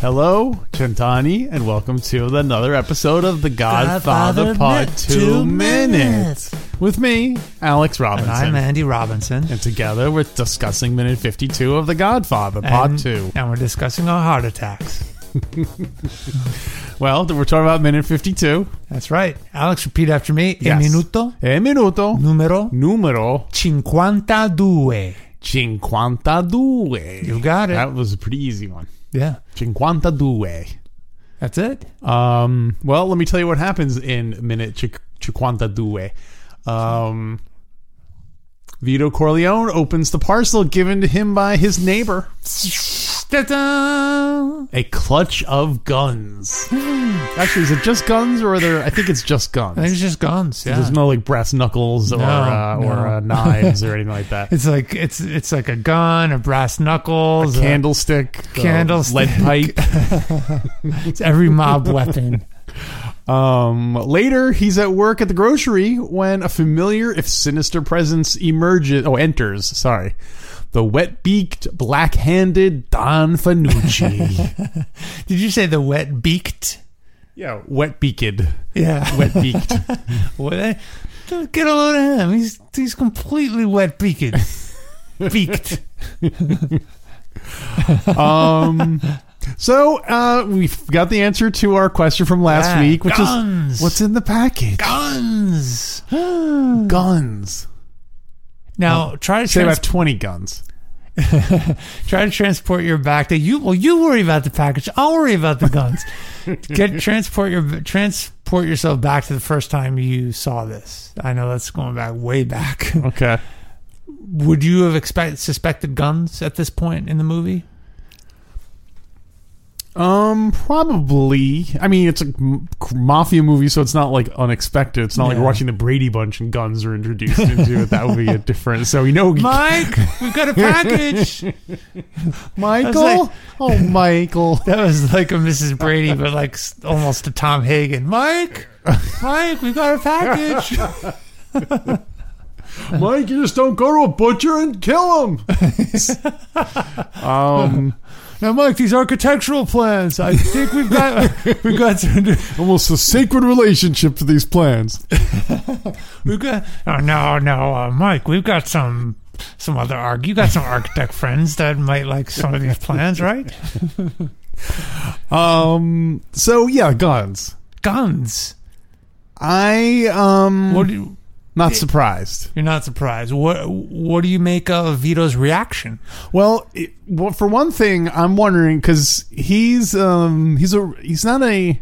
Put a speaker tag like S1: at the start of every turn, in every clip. S1: Hello, Chintani, and welcome to another episode of The Godfather,
S2: Godfather
S1: Part
S2: Minute.
S1: 2
S2: Two
S1: Minutes.
S2: minutes.
S1: With me, Alex Robinson.
S2: And I'm Andy Robinson.
S1: And together we're discussing Minute 52 of The Godfather Part
S2: and,
S1: 2.
S2: And we're discussing our heart attacks.
S1: Well, we're talking about Minute 52.
S2: That's right. Alex, repeat after me.
S1: Yes.
S2: Il minuto
S1: E minuto
S2: numero
S1: numero
S2: 52.
S1: 52.
S2: You got it.
S1: That was a pretty easy one.
S2: yeah.
S1: 52.
S2: That's it.
S1: Um, well, let me tell you what happens in minute cinqu- 52. Um, Vito Corleone opens the parcel given to him by his neighbor,
S2: Ta-da!
S1: a clutch of guns. Actually, is it just guns or are there? I think it's just guns.
S2: Hmm. I think it's just guns. Yeah.
S1: There's no like brass knuckles or
S2: No,
S1: uh, or
S2: no.
S1: uh, knives or anything like that.
S2: it's like it's it's like a gun, a brass knuckles, a-
S1: Candlestick, uh,
S2: Candlestick.
S1: lead pipe.
S2: it's every mob weapon.
S1: Um, later, he's at work at the grocery when a familiar, if sinister, presence emerges. Oh, enters. Sorry, the wet-beaked, black-handed Don Fanucci.
S2: Did you say the wet beaked?
S1: yeah, wet-beaked,
S2: Yeah.
S1: wet-beaked.
S2: What? Get a load of him. He's he's completely wet beaked. beaked.
S1: um, so uh, we've got the answer to our question from last
S2: Yeah,
S1: week, which
S2: Ah, guns.
S1: is what's in the package?
S2: guns.
S1: Guns.
S2: Now try to
S1: Say
S2: trans-
S1: about twenty guns.
S2: try to transport your back to you. Well, you worry about the package. I'll worry about the guns. Get transport your transport yourself back to the first time you saw this. I know that's going back way back.
S1: Okay.
S2: Would you have expect suspected guns at this point in the movie?
S1: Um, probably. I mean, it's a m- mafia movie, so it's not like unexpected. It's not like
S2: Yeah.
S1: watching the Brady Bunch and guns are introduced into it. That would be a different. So you know,
S2: Mike, we've got a package.
S1: Michael.
S2: I was
S1: oh, Michael.
S2: That was like a Mrs. Brady, but like s- almost a Tom Hagen. Mike, Mike, we got a package.
S1: Mike, you just don't go to a butcher and kill him. um,
S2: Now, Mike, these architectural plans. I think we've got we got some,
S1: almost a sacred relationship to these plans.
S2: we got. Oh no, no, uh, Mike, we've got some some other arch. You got some architect friends that might like some of these plans, right?
S1: Um, so yeah, guns.
S2: Guns.
S1: I um,
S2: What do you,
S1: not surprised.
S2: you're not surprised. What what do you make of Vito's reaction?
S1: Well, it, well, for one thing, I'm wondering because he's um he's a he's not a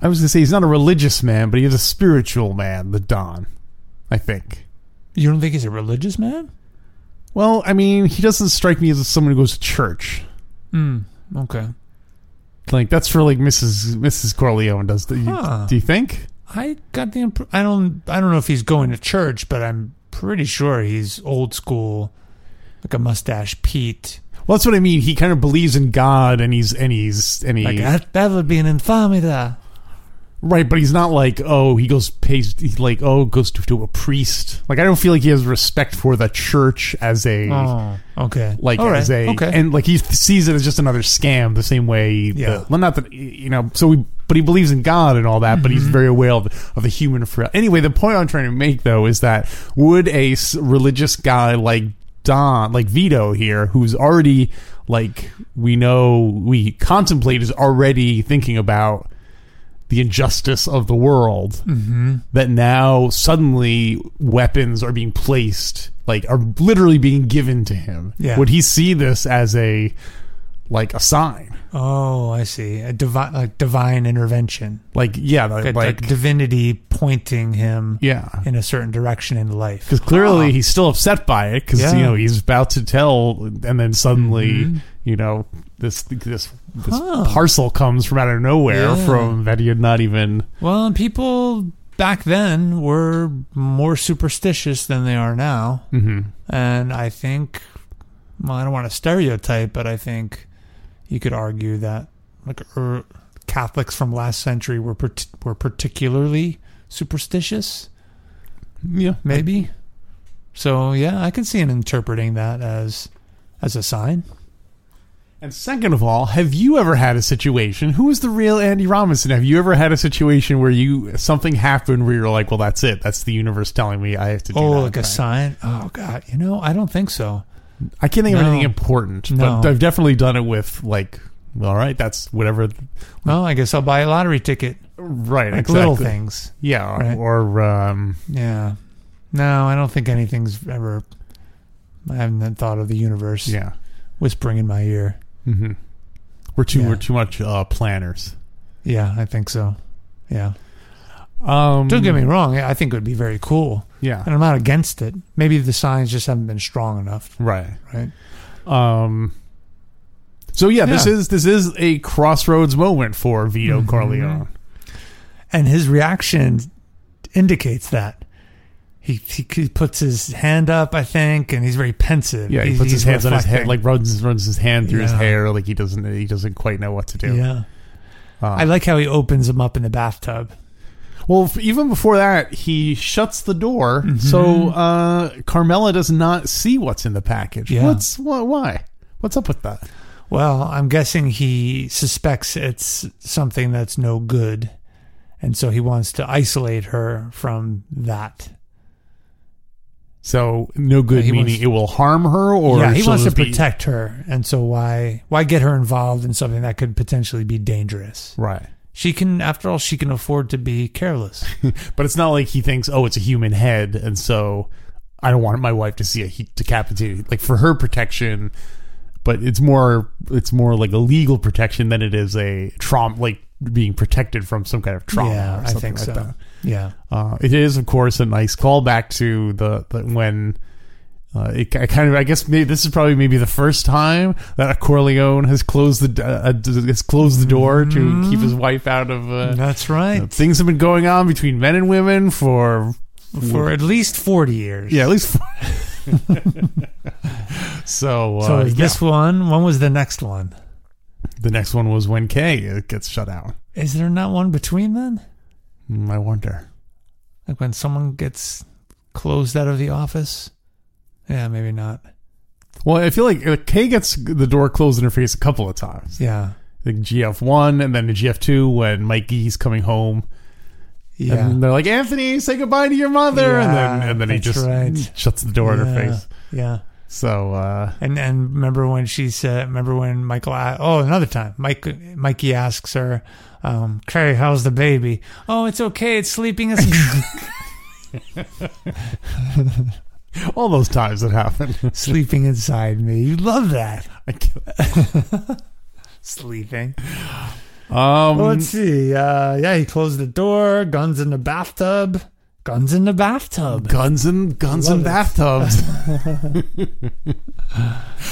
S1: I was gonna say he's not a religious man, but he is a spiritual man, the Don, I think.
S2: You don't think he's a religious man?
S1: Well, I mean, he doesn't strike me as someone who goes to church.
S2: Okay.
S1: Like that's for like Mrs. Mrs. Corleone does. The,
S2: Huh.
S1: Do you think?
S2: I got the imp- I don't I don't know if he's going to church, but I'm pretty sure he's old school, like a mustache Pete.
S1: Well, that's what I mean. He kind of believes in God, and he's and he's and he
S2: Like that, that would be an infamida.
S1: right, but he's not like oh he goes pays he's like oh goes to, to a priest. Like I don't feel like he has respect for the church as a
S2: Oh, okay.
S1: like
S2: All
S1: as
S2: right,
S1: a
S2: okay.
S1: and like he sees it as just another scam the same way
S2: Yeah.
S1: the- well not that you know so we but he believes in god and all that but
S2: Mm-hmm.
S1: he's very aware of, of the human frail anyway the point i'm trying to make though is that would a s- religious guy like don like vito here who's already like we know we contemplate is already thinking about the injustice of the world
S2: Mm-hmm.
S1: that now suddenly weapons are being placed like are literally being given to him
S2: Yeah.
S1: would he see this as a like a sign
S2: oh, I see. A divine like divine intervention,
S1: like yeah
S2: like,
S1: like,
S2: like divinity pointing him
S1: yeah
S2: in a certain direction in life.
S1: because clearly he's still upset by it because
S2: Ah. Yeah. Mm-hmm.
S1: you know he's about to tell and then suddenly you know this this this
S2: Huh.
S1: parcel comes from out of nowhere
S2: Yeah.
S1: from that he had not even
S2: Well, and people back then were more superstitious than they are now.
S1: Mm-hmm.
S2: And I think, well, I don't want to stereotype, but I think you could argue that like er, Catholics from last century were part- were particularly superstitious,
S1: Yeah,
S2: maybe. so yeah, I can see him interpreting that as as a sign.
S1: And second of all, have you ever had a situation? Who is the real Andy Robinson? Have you ever had a situation where you something happened where you're like, "Well, that's it. That's the universe telling me I have to do
S2: Oh,
S1: that."
S2: like a
S1: Right.
S2: sign. Oh God, you know, I don't think so.
S1: I can't think of
S2: No.
S1: anything important,
S2: No.
S1: but I've definitely done it with like, all right, that's whatever.
S2: Well, I guess I'll buy a lottery ticket.
S1: Right,
S2: Like
S1: exactly.
S2: little things.
S1: Yeah,
S2: Right.
S1: or um,
S2: Yeah. No, I don't think anything's ever. I haven't thought of the universe
S1: yeah.
S2: whispering in my ear.
S1: hmm We're too
S2: Yeah.
S1: we're too much uh, planners.
S2: Yeah, I think so.
S1: Hmm.
S2: Yeah.
S1: Um,
S2: Don't get me wrong. I think it would be very cool, and
S1: Yeah,
S2: I'm not against it. Maybe the signs just haven't been strong enough,
S1: right.
S2: right?
S1: Um, so yeah, this
S2: Yeah. Mm-hmm.
S1: is this is a crossroads moment for Vito Corleone.
S2: And his reaction indicates that. He, he he puts his hand up, I think, and he's very pensive.
S1: Yeah, he
S2: He's-
S1: puts his
S2: he's
S1: hands on his head,
S2: reflecting.
S1: like runs runs his hand through his
S2: Yeah.
S1: hair, like he doesn't he doesn't quite know what to do.
S2: yeah.
S1: Uh,
S2: I like how he opens him up in the bathtub.
S1: Well, f- even before that, he shuts the door,
S2: Mm-hmm.
S1: so uh, Carmela does not see what's in the package.
S2: Yeah.
S1: What's wh- why? What's up with that?
S2: Well, I'm guessing he suspects it's something that's no good, and so he wants to isolate her from that.
S1: So no good
S2: He
S1: meaning
S2: wants-
S1: it will harm her, or
S2: yeah, he
S1: she'll
S2: wants to
S1: just be-
S2: protect her, and so why why get her involved in something that could potentially be dangerous?
S1: Right,
S2: She can, after all, she can afford to be careless.
S1: but it's not like he thinks, oh, it's a human head, and so I don't want my wife to see a he- decapitated, like for her protection. But it's more it's more like a legal protection than it is a trauma, like being protected from some kind of trauma.
S2: yeah,
S1: or
S2: I
S1: something
S2: think
S1: like
S2: so.
S1: That.
S2: Yeah,
S1: Uh, it is, of course, a nice callback to the, the when uh, it ki- kind of. I guess maybe this is probably maybe the first time that a Corleone has closed the d- uh, d- has closed the door to keep his
S2: Mm-hmm.
S1: wife out of. Uh,
S2: that's right.
S1: things have been going on between men and women for
S2: For at least forty years.
S1: yeah, at least. For so uh,
S2: So
S1: yeah.
S2: this one, when was the next one?
S1: the next one was when Kay uh, gets shut out.
S2: Is there not one between then?
S1: Mm, I wonder.
S2: Like when someone gets closed out of the office? Yeah, maybe not.
S1: Well, I feel like uh, Kay gets the door closed in her face a couple of times.
S2: Yeah.
S1: the GF one and then the GF two when Mikey's coming home
S2: Yeah.
S1: and they're like Anthony say goodbye to your mother and then
S2: Yeah,
S1: and then he
S2: that's
S1: just
S2: right.
S1: shuts the door in her
S2: Yeah.
S1: face
S2: Yeah.
S1: so uh
S2: And and remember when she said, remember when Michael? a- Oh, another time, Mike Mikey asks her, um, "Carrie, how's the baby? Oh, it's okay. It's sleeping. It's
S1: all those times that happen
S2: sleeping inside me. You love that
S1: I can't-
S2: sleeping.
S1: um
S2: Well, let's see. Uh, yeah, he closed the door. Guns in the bathtub. Guns in the bathtub.
S1: guns and guns
S2: Love
S1: and
S2: it.
S1: bathtubs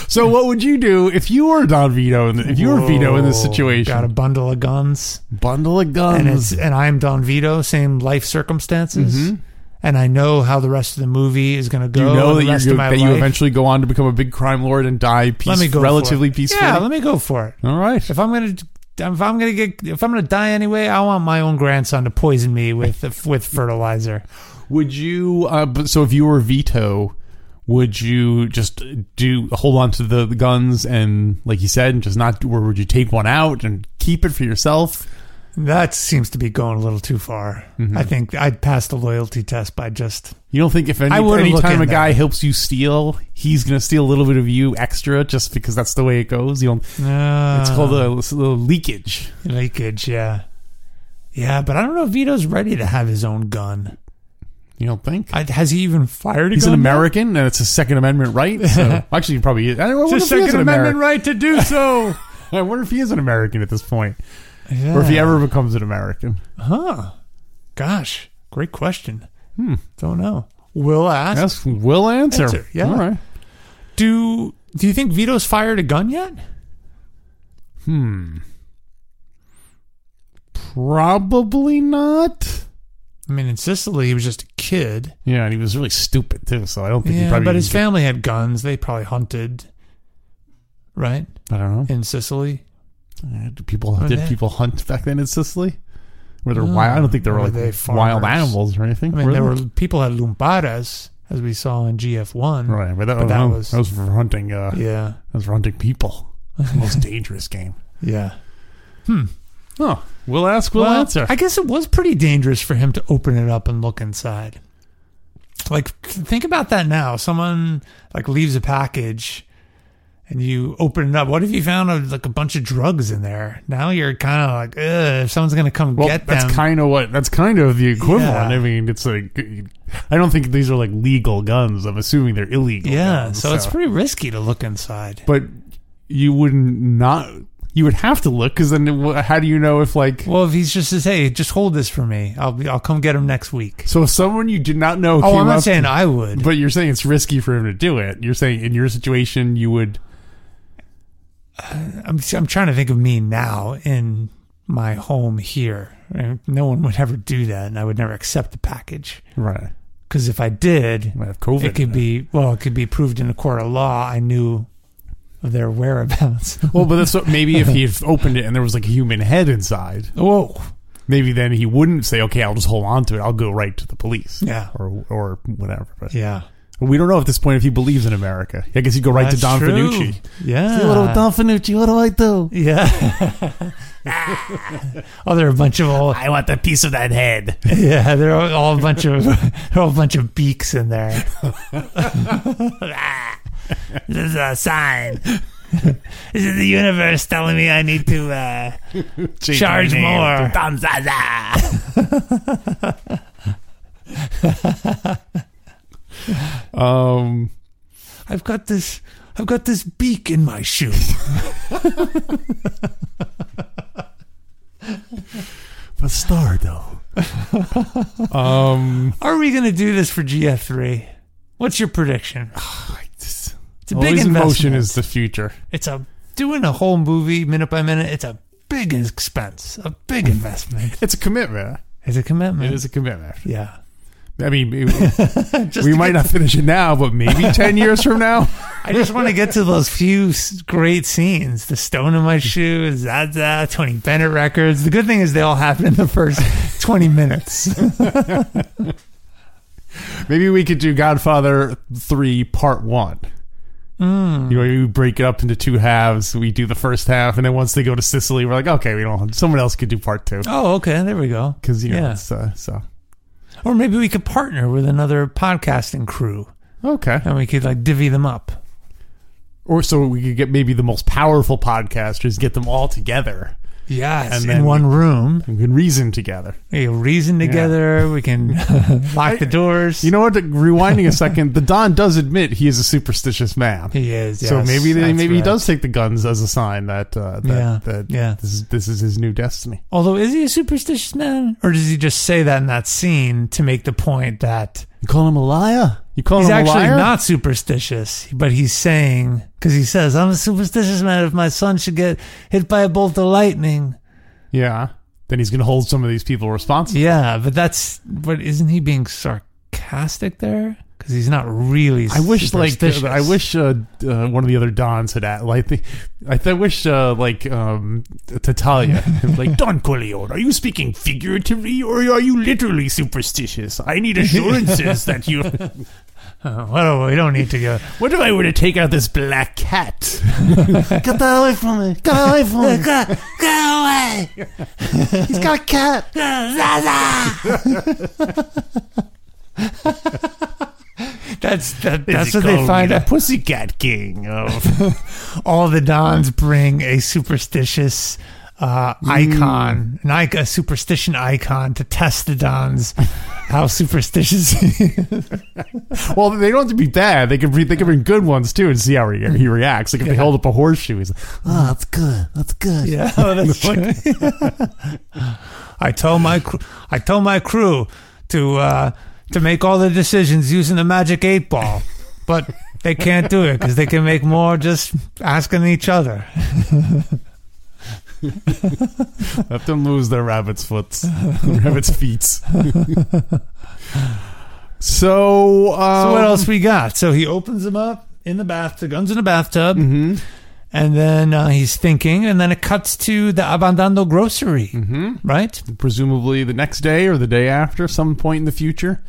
S1: so what would you do if you were Don Vito in the, if you were Vito in this
S2: Whoa,
S1: situation
S2: Got a bundle of guns,
S1: bundle of guns
S2: and it's and I'm Don Vito. Same life circumstances. And I know how the rest of the movie is going to
S1: Mm-hmm. you
S2: go.
S1: know
S2: and
S1: that,
S2: the rest
S1: you,
S2: of my
S1: that you
S2: life.
S1: eventually go on to become a big crime lord and die peace,
S2: let me go
S1: relatively
S2: for it.
S1: peacefully
S2: Yeah, let me go for it.
S1: all right
S2: If I'm gonna, if I'm gonna get, if I'm gonna die anyway, I want my own grandson to poison me with with fertilizer.
S1: Would you? Uh, but- so if you were Vito, would you just do hold on to the, the guns and, like you said, and just not? Or would you take one out and keep it for yourself?
S2: That seems to be going a little too far.
S1: Mm-hmm.
S2: I think I'd pass the loyalty test by just.
S1: You don't think if any
S2: I wouldn't
S1: any
S2: look
S1: time
S2: in
S1: a
S2: there.
S1: guy helps you steal, he's gonna steal a little bit of you extra just because that's the way it goes. You don't,
S2: Uh,
S1: it's called a, it's a little leakage.
S2: leakage. Yeah, yeah, but I don't know if Vito's ready to have his own gun.
S1: You don't think?
S2: I, has he even fired a
S1: He's an
S2: gun? yet?
S1: American, and it's a Second Amendment right. So actually, he probably is. I wonder
S2: It's
S1: if
S2: a
S1: he is
S2: Second
S1: an
S2: Amendment
S1: American.
S2: right to do so.
S1: I wonder if he is an American at this point,
S2: yeah.
S1: or if he ever becomes an American.
S2: Huh. Gosh, great question. Hmm. Don't know. Will ask.
S1: Yes, will answer.
S2: Answer, yeah.
S1: All right.
S2: Do Do you think Vito's fired a gun yet?
S1: Probably not.
S2: I mean, in Sicily, he was just a kid.
S1: Yeah, and he was really stupid too. So I don't think he
S2: Yeah,
S1: probably.
S2: but his
S1: even-
S2: family had guns. They probably hunted, right?
S1: I don't know.
S2: In Sicily,
S1: Uh, Do people
S2: Were
S1: did
S2: they-
S1: people hunt back then in Sicily? Were there
S2: No.
S1: wild? I don't think there were
S2: Were
S1: like
S2: they
S1: wild
S2: farmers?
S1: animals or anything.
S2: I mean,
S1: there?
S2: there were people had lumparas, as we saw in GF one.
S1: right, but that,
S2: but
S1: that
S2: that
S1: was
S2: was-
S1: that was for hunting. Uh,
S2: Yeah,
S1: That was for hunting people. It's the most dangerous game.
S2: yeah.
S1: Oh, we'll ask, we'll, answer.
S2: I guess it was pretty dangerous for him to open it up and look inside. Like, think about that now. Someone like leaves a package, and you open it up. What if you found a, like a bunch of drugs in there? Now you're kind of like, Ugh, if someone's gonna come
S1: well,
S2: get them.
S1: that's kind of what that's kind of the equivalent.
S2: Yeah.
S1: I mean, it's like I don't think these are like legal guns. I'm assuming they're illegal.
S2: yeah,
S1: guns,
S2: so it's pretty risky to look inside.
S1: but you wouldn't not you would have to look because then wh- how do you know if like
S2: Well, if he's just says, "Hey, just hold this for me. I'll be, I'll come get him next week."
S1: so if someone you did not know
S2: Oh,
S1: came
S2: I'm not
S1: up
S2: saying I would.
S1: But you're saying it's risky for him to do it. You're saying in your situation, you would.
S2: I'm I'm trying to think of me now in my home here. And No one would ever do that, and I would never accept the package
S1: Right.
S2: because if I did,
S1: Might have COVID.
S2: it could be well, it could be proved in a court of law. I knew of their whereabouts.
S1: Well, but that's what, maybe if he had opened it and there was like a human head inside,
S2: Whoa,
S1: maybe then he wouldn't say, "Okay, I'll just hold on to it. I'll go right to the police."
S2: Yeah.
S1: Or or whatever. But
S2: yeah,
S1: we don't know at this point if he believes in America. I guess he'd go right
S2: That's
S1: to Don
S2: true.
S1: Finucci.
S2: Yeah,
S1: Finucci, what do I do?
S2: Yeah. oh, they're a bunch of old.
S1: I want a piece of that head.
S2: Yeah, they're all, all a bunch of they're all a bunch of beaks in there. this is a sign. this is the universe telling me I need to uh,
S1: Change
S2: Charge
S1: my name
S2: more.
S1: to Don Zaza. um.
S2: I've got this. I've got this beak in my shoe.
S1: The star, though. um,
S2: Are we going to do this for GF3? What's your prediction?
S1: it's
S2: It's a big
S1: emotion
S2: investment.
S1: is the future.
S2: it's a doing a whole movie minute by minute. It's a big expense, a big investment.
S1: It's a commitment.
S2: It's a commitment.
S1: It is a commitment.
S2: Yeah.
S1: I mean, it-
S2: Just
S1: we
S2: to
S1: might
S2: get-
S1: not finish it now, but maybe ten years from now.
S2: I just want to get to those few s- great scenes. The stone in my shoe, Zaza, Tony Bennett records. The good thing is they all happen in the first 20 minutes.
S1: Maybe we could do Godfather Three Part One.
S2: Hmm.
S1: You know, you break it up into two halves. We do the first half, and then once they go to Sicily, we're like, okay, we don't. Someone else could do Part Two
S2: Oh, okay. There we go.
S1: because you know,
S2: Yeah.
S1: it's, uh, so
S2: Or maybe we could partner with another podcasting crew
S1: okay.
S2: and we could like divvy them up.
S1: Or so we could get maybe the most powerful podcasters, get them all together,
S2: Yes.
S1: And
S2: in
S1: then-
S2: one room.
S1: and we can reason together.
S2: We can reason together. We can lock the doors.
S1: You know what? Rewinding a second, the Don does admit he is a superstitious man.
S2: he is.
S1: so
S2: yes,
S1: maybe they,
S2: that's
S1: maybe he
S2: right.
S1: does take the guns as a sign that uh, that,
S2: Yeah,
S1: that
S2: yeah.
S1: This, is, this is his new destiny.
S2: Although, is he a superstitious man? Or does he just say that in that scene to make the point that
S1: You call him a liar? You call
S2: He's
S1: him
S2: actually
S1: a liar?
S2: not superstitious, but he's saying because he says, "I'm a superstitious man. If my son should get hit by a bolt of lightning,
S1: Yeah. Then he's going to hold some of these people responsible.
S2: yeah." But that's but isn't he being sarcastic there? Because he's not really.
S1: I wish like
S2: superstitious.
S1: I wish uh, uh, one of the other Dons had at like the, I, th- I wish uh, like um, Tatalia like Don Corleone. Are you speaking figuratively or are you literally superstitious? I need assurances that you.
S2: Uh, well, we don't need to go.
S1: What if I were to take out this black cat? Get that away from me! Get that away from me!
S2: Get away!
S1: He's got a cat.
S2: That's that, that's what they find out.
S1: Pussycat King. Of-
S2: All the dons bring a superstitious. Uh, icon, an icon, a superstition icon to test the Don's how superstitious he
S1: well, they don't have to be bad. They can be, they can bring good ones too and see how he, he reacts. Like if they hold up a horseshoe, he's like, "Oh, that's good. That's good."
S2: Yeah, oh, that's true. I tell my cr- I tell my crew to uh, to make all the decisions using the magic eight ball, but they can't do it because they can make more just asking each other.
S1: Let them lose their rabbit's foots, rabbit's feet. so, um,
S2: So what else we got? So he opens them up in the bathtub, guns in the bathtub,
S1: mm-hmm,
S2: and then uh, he's thinking, and then it cuts to the Abandando grocery, right?
S1: mm-hmm. Presumably the next day or the day after, some point in the future.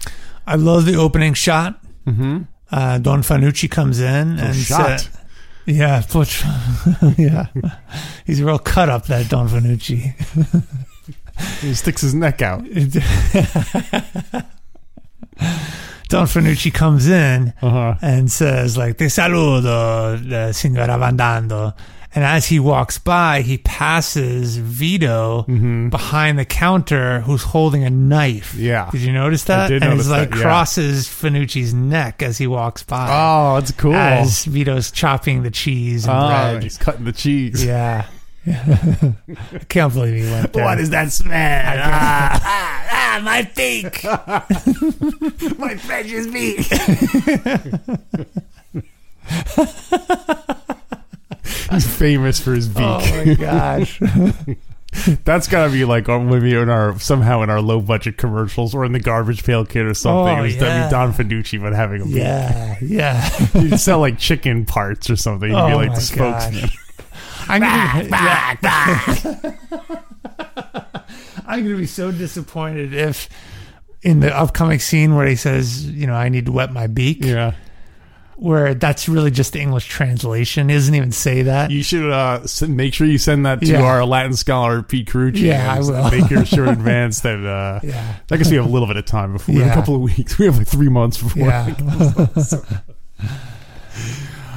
S2: I love the opening shot.
S1: Mm-hmm.
S2: Uh, Don Fanucci comes in and
S1: shot.
S2: sa- yeah, put- yeah, he's real cut up that Don Fanucci.
S1: He sticks his neck out.
S2: Don Fanucci comes in
S1: Uh-huh.
S2: and says, like, Te saludo, uh, Signor Abandando. And as he walks by, he passes Vito
S1: Mm-hmm.
S2: behind the counter who's holding a knife.
S1: Yeah.
S2: Did you notice that?
S1: did
S2: and
S1: notice
S2: he's like
S1: that, yeah.
S2: crosses Fanucci's neck as he walks by
S1: Oh, that's cool.
S2: as Vito's chopping the cheese and
S1: Ah,
S2: bread.
S1: he's cutting the cheese.
S2: Yeah. I can't believe he went there.
S1: What is that smell? Ah,
S2: ah, ah, my beak.
S1: my precious meat. He's famous for his beak.
S2: Oh my gosh.
S1: That's gotta be like on maybe in our somehow in our low budget commercials or in the garbage pail kid or something.
S2: Oh,
S1: it was
S2: yeah.
S1: Don Fiducci but having a beak.
S2: Yeah, yeah.
S1: He'd sell like chicken parts or something. He'd be
S2: Oh
S1: like
S2: my
S1: the spokesman.
S2: I'm gonna, be, yeah. I'm gonna be so disappointed if in the upcoming scene where he says, you know, I need to wet my beak,
S1: Yeah.
S2: where that's really just the English translation. He doesn't even say that.
S1: You should uh, s- make sure you send that to
S2: Yeah.
S1: our Latin scholar Pete Carucci.
S2: Yeah,
S1: and
S2: I will.
S1: uh, Make your sure in advance that. Uh,
S2: yeah.
S1: I guess we have a little bit of time before we have
S2: Yeah.
S1: a couple of weeks. We have like three months before.
S2: Yeah.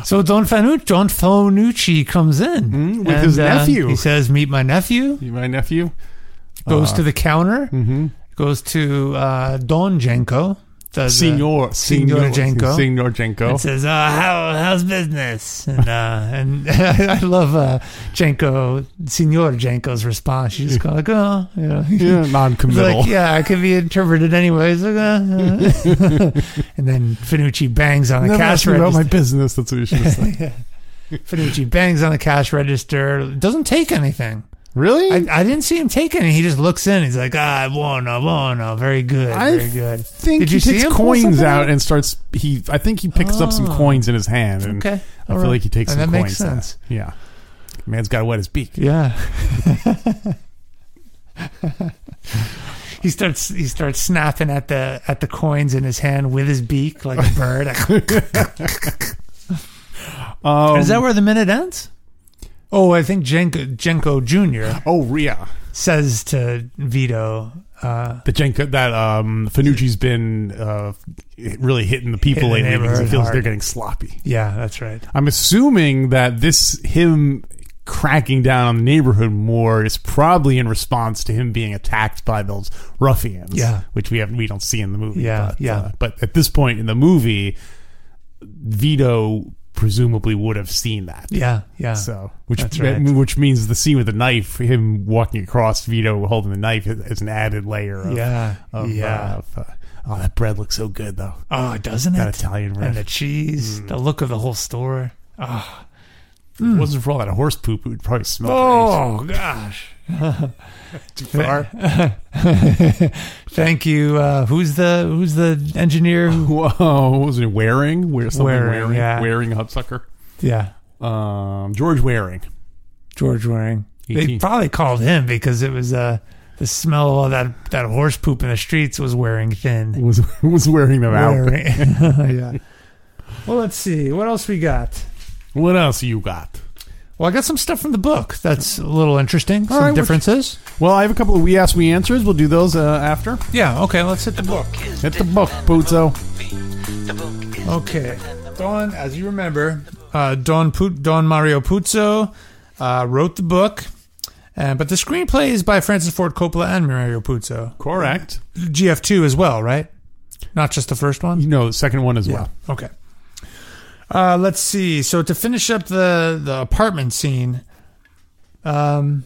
S2: so Don Fanucci, Don Fanucci comes in
S1: Mhm, with
S2: uh,
S1: his nephew.
S2: He says, "Meet my nephew."
S1: You, my nephew. Uh, mm-hmm.
S2: Goes
S1: Ah.
S2: to the counter. Goes to uh, Don Jenko. Does, uh,
S1: Signor
S2: Signor Jenko.
S1: Signor Jenko.
S2: and says, "Uh, how how's business?" And uh, and I love uh, Jenko, Senor Jenko's response. She's kind of like, "Oh, you know."
S1: yeah, non-committal.
S2: Like, yeah, it could be interpreted anyways. Like, uh, uh. and then Finucci bangs on the
S1: Never ask
S2: cash
S1: me about my
S2: register.
S1: business. That's what you should have said.
S2: Finucci bangs on the cash register. Doesn't take anything.
S1: Really?
S2: I, I didn't see him take any. He just looks in. He's like, ah, buono, buono. Oh, Very good.
S1: I
S2: very good.
S1: think
S2: Did
S1: he
S2: you see
S1: takes
S2: him pull
S1: coins
S2: something
S1: out
S2: out?
S1: and starts. He, I think he picks up some
S2: Oh.
S1: coins in his hand, and
S2: Okay.
S1: I
S2: all
S1: feel
S2: right.
S1: like he takes
S2: And
S1: some
S2: that
S1: coins.
S2: makes sense.
S1: out. Yeah, man's got to wet his beak.
S2: Yeah. he starts he starts snapping at the at the coins in his hand with his beak like a bird.
S1: Um,
S2: Is that where the minute ends? Oh, I think Jenko, Jenko Jr.
S1: Oh yeah,
S2: says to Vito, uh,
S1: the Jenko that um, Fanucci's been uh, really hitting the people
S2: Hitting the
S1: lately because he
S2: neighborhood
S1: feels
S2: hard.
S1: they're getting sloppy.
S2: "Yeah, that's right."
S1: I'm assuming that this him cracking down on the neighborhood more is probably in response to him being attacked by those ruffians.
S2: Yeah.
S1: which we have we don't see in the movie.
S2: Yeah,
S1: but,
S2: yeah.
S1: uh, but at this point in the movie, Vito presumably would have seen that.
S2: Yeah, yeah.
S1: So, which
S2: That's right.
S1: which means the scene with the knife, him walking across Vito holding the knife, is, is an added layer of
S2: yeah,
S1: of,
S2: yeah.
S1: uh, of, uh, oh, that bread looks so good though.
S2: oh, doesn't
S1: That
S2: it?
S1: Italian bread.
S2: And the cheese, the look of the whole store. Oh,
S1: If it wasn't for all that horse poop, it would probably smell.
S2: oh gosh.
S1: great. too far.
S2: Thank you. Uh, who's the who's the engineer? who-
S1: Whoa, what was it wearing? Wear something
S2: Waring,
S1: wearing,
S2: yeah.
S1: wearing Hudsucker.
S2: Yeah,
S1: Um, George Waring. E
S2: George Waring. They
S1: 18.
S2: probably called him because it was uh, the smell of that that horse poop in the streets was wearing thin.
S1: was was wearing them out.
S2: Waring. yeah. Well, let's see what else we got.
S1: What else you got?
S2: Well, I got some stuff from the book that's a little interesting.
S1: All
S2: some
S1: right, what-
S2: differences.
S1: Well, I have a couple of we ask we answers. We'll do those uh, after.
S2: Yeah. Okay. Let's hit the book.
S1: Hit the book, Puzo.
S2: Okay. Don, as you remember, uh, Don Pu- Don Mario Puzo uh, wrote the book, uh, but the screenplay is by Francis Ford Coppola and Mario Puzo.
S1: Correct.
S2: GF2 as well, right? Not just the first one?
S1: You know the second one as well.
S2: Okay. Uh, let's see. So to finish up the the apartment scene, um,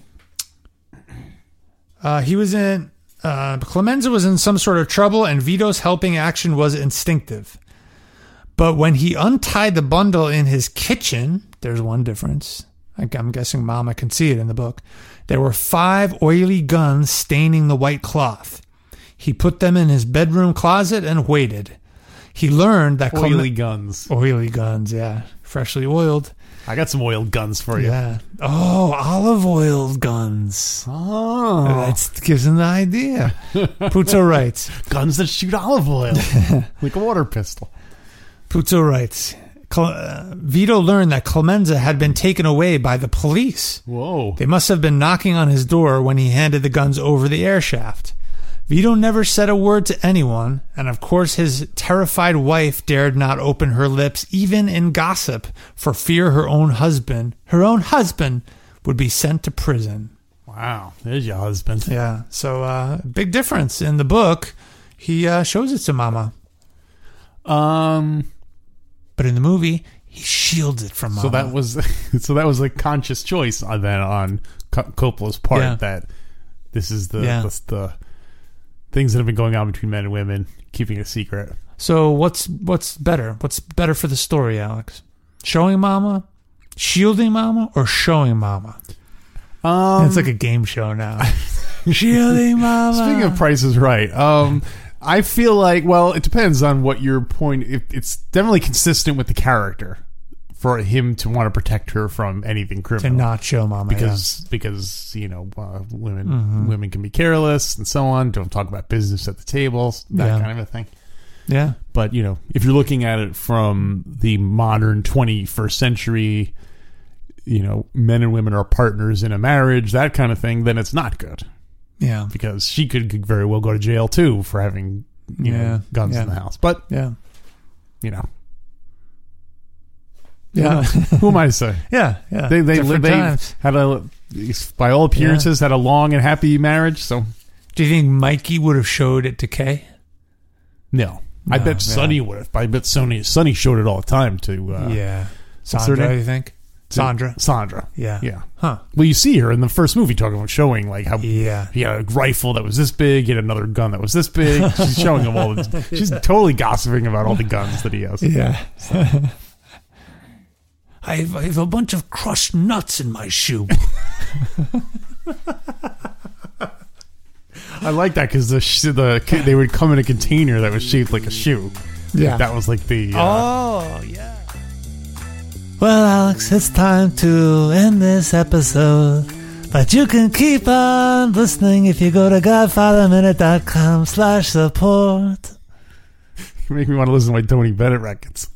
S2: uh, he was in uh, Clemenza was in some sort of trouble, and Vito's helping action was instinctive. But when he untied the bundle in his kitchen, there's one difference. I- I'm guessing Mama can see it in the book. There were five oily guns staining the white cloth. He put them in his bedroom closet and waited. He learned that Clemen-
S1: Oily guns.
S2: oily guns, yeah, freshly oiled.
S1: I got some oiled guns for you.
S2: Yeah. Oh, olive oil guns.
S1: Oh,
S2: That gives him the idea. Puto writes.
S1: guns that shoot olive oil, like a water pistol.
S2: Puto writes. Cle- uh, Vito learned that Clemenza had been taken away by the police.
S1: Whoa.
S2: They must have been knocking on his door when he handed the guns over the air shaft. Vito never said a word to anyone, and of course his terrified wife dared not open her lips even in gossip for fear her own husband, her own husband, would be sent to prison.
S1: Wow. There's your husband.
S2: Yeah. So uh big difference in the book. He uh, shows it to Mama,
S1: Um.
S2: but in the movie he shields it from Mama.
S1: So that was so that was a conscious choice on then on Co- Coppola's part
S2: Yeah.
S1: that this is the
S2: Yeah.
S1: this the things that have been going on between men and women, keeping it a secret.
S2: So what's what's better? What's better for the story, Alex? Showing Mama, shielding Mama, or showing Mama?
S1: Um.
S2: it's like a game show now. shielding Mama.
S1: Speaking of Price is Right, um, I feel like well, it depends on what your point. It, it's definitely consistent with the character for him to want to protect her from anything
S2: to
S1: criminal
S2: not show Mama yeah. Mm-hmm.
S1: because because you know uh, women women can be careless and so on. Don't talk about business at the tables, that
S2: Yeah.
S1: kind of a thing.
S2: yeah.
S1: But you know, if you're looking at it from the modern 21st century, you know, men and women are partners in a marriage, that kind of thing, then it's not good
S2: yeah,
S1: because she could could very well go to jail too for having you
S2: Yeah,
S1: know guns
S2: yeah.
S1: in the house. But
S2: yeah,
S1: you know,
S2: yeah,
S1: who am I to say?
S2: yeah, yeah.
S1: They they
S2: Different
S1: they
S2: times.
S1: had a by all appearances had a long and happy marriage. So
S2: Do you think Mikey would have showed it to Kay?
S1: no, I
S2: No,
S1: bet
S2: yeah.
S1: Sonny would have. I bet Sonny Sonny showed it all the time to uh,
S2: yeah,
S1: what's her
S2: Sandra.
S1: name?
S2: You think
S1: to
S2: Sandra?
S1: Sandra.
S2: Yeah.
S1: Yeah.
S2: Huh.
S1: Well, you see her in the first movie talking about showing like how.
S2: Yeah.
S1: He had a rifle that was this big. He had another gun that was this big. She's showing him all. The, she's totally gossiping about all the guns that he has.
S2: Yeah. I have, I have a bunch of crushed nuts in my shoe.
S1: I like that because the sh- the ca- they would come in a container that was shaped like a shoe.
S2: Yeah.
S1: that was like the. Uh,
S2: Oh, yeah. Well, Alex, it's time to end this episode. But you can keep on listening if you go to godfatherminute.com slash support.
S1: make me want to listen to my Tony Bennett records.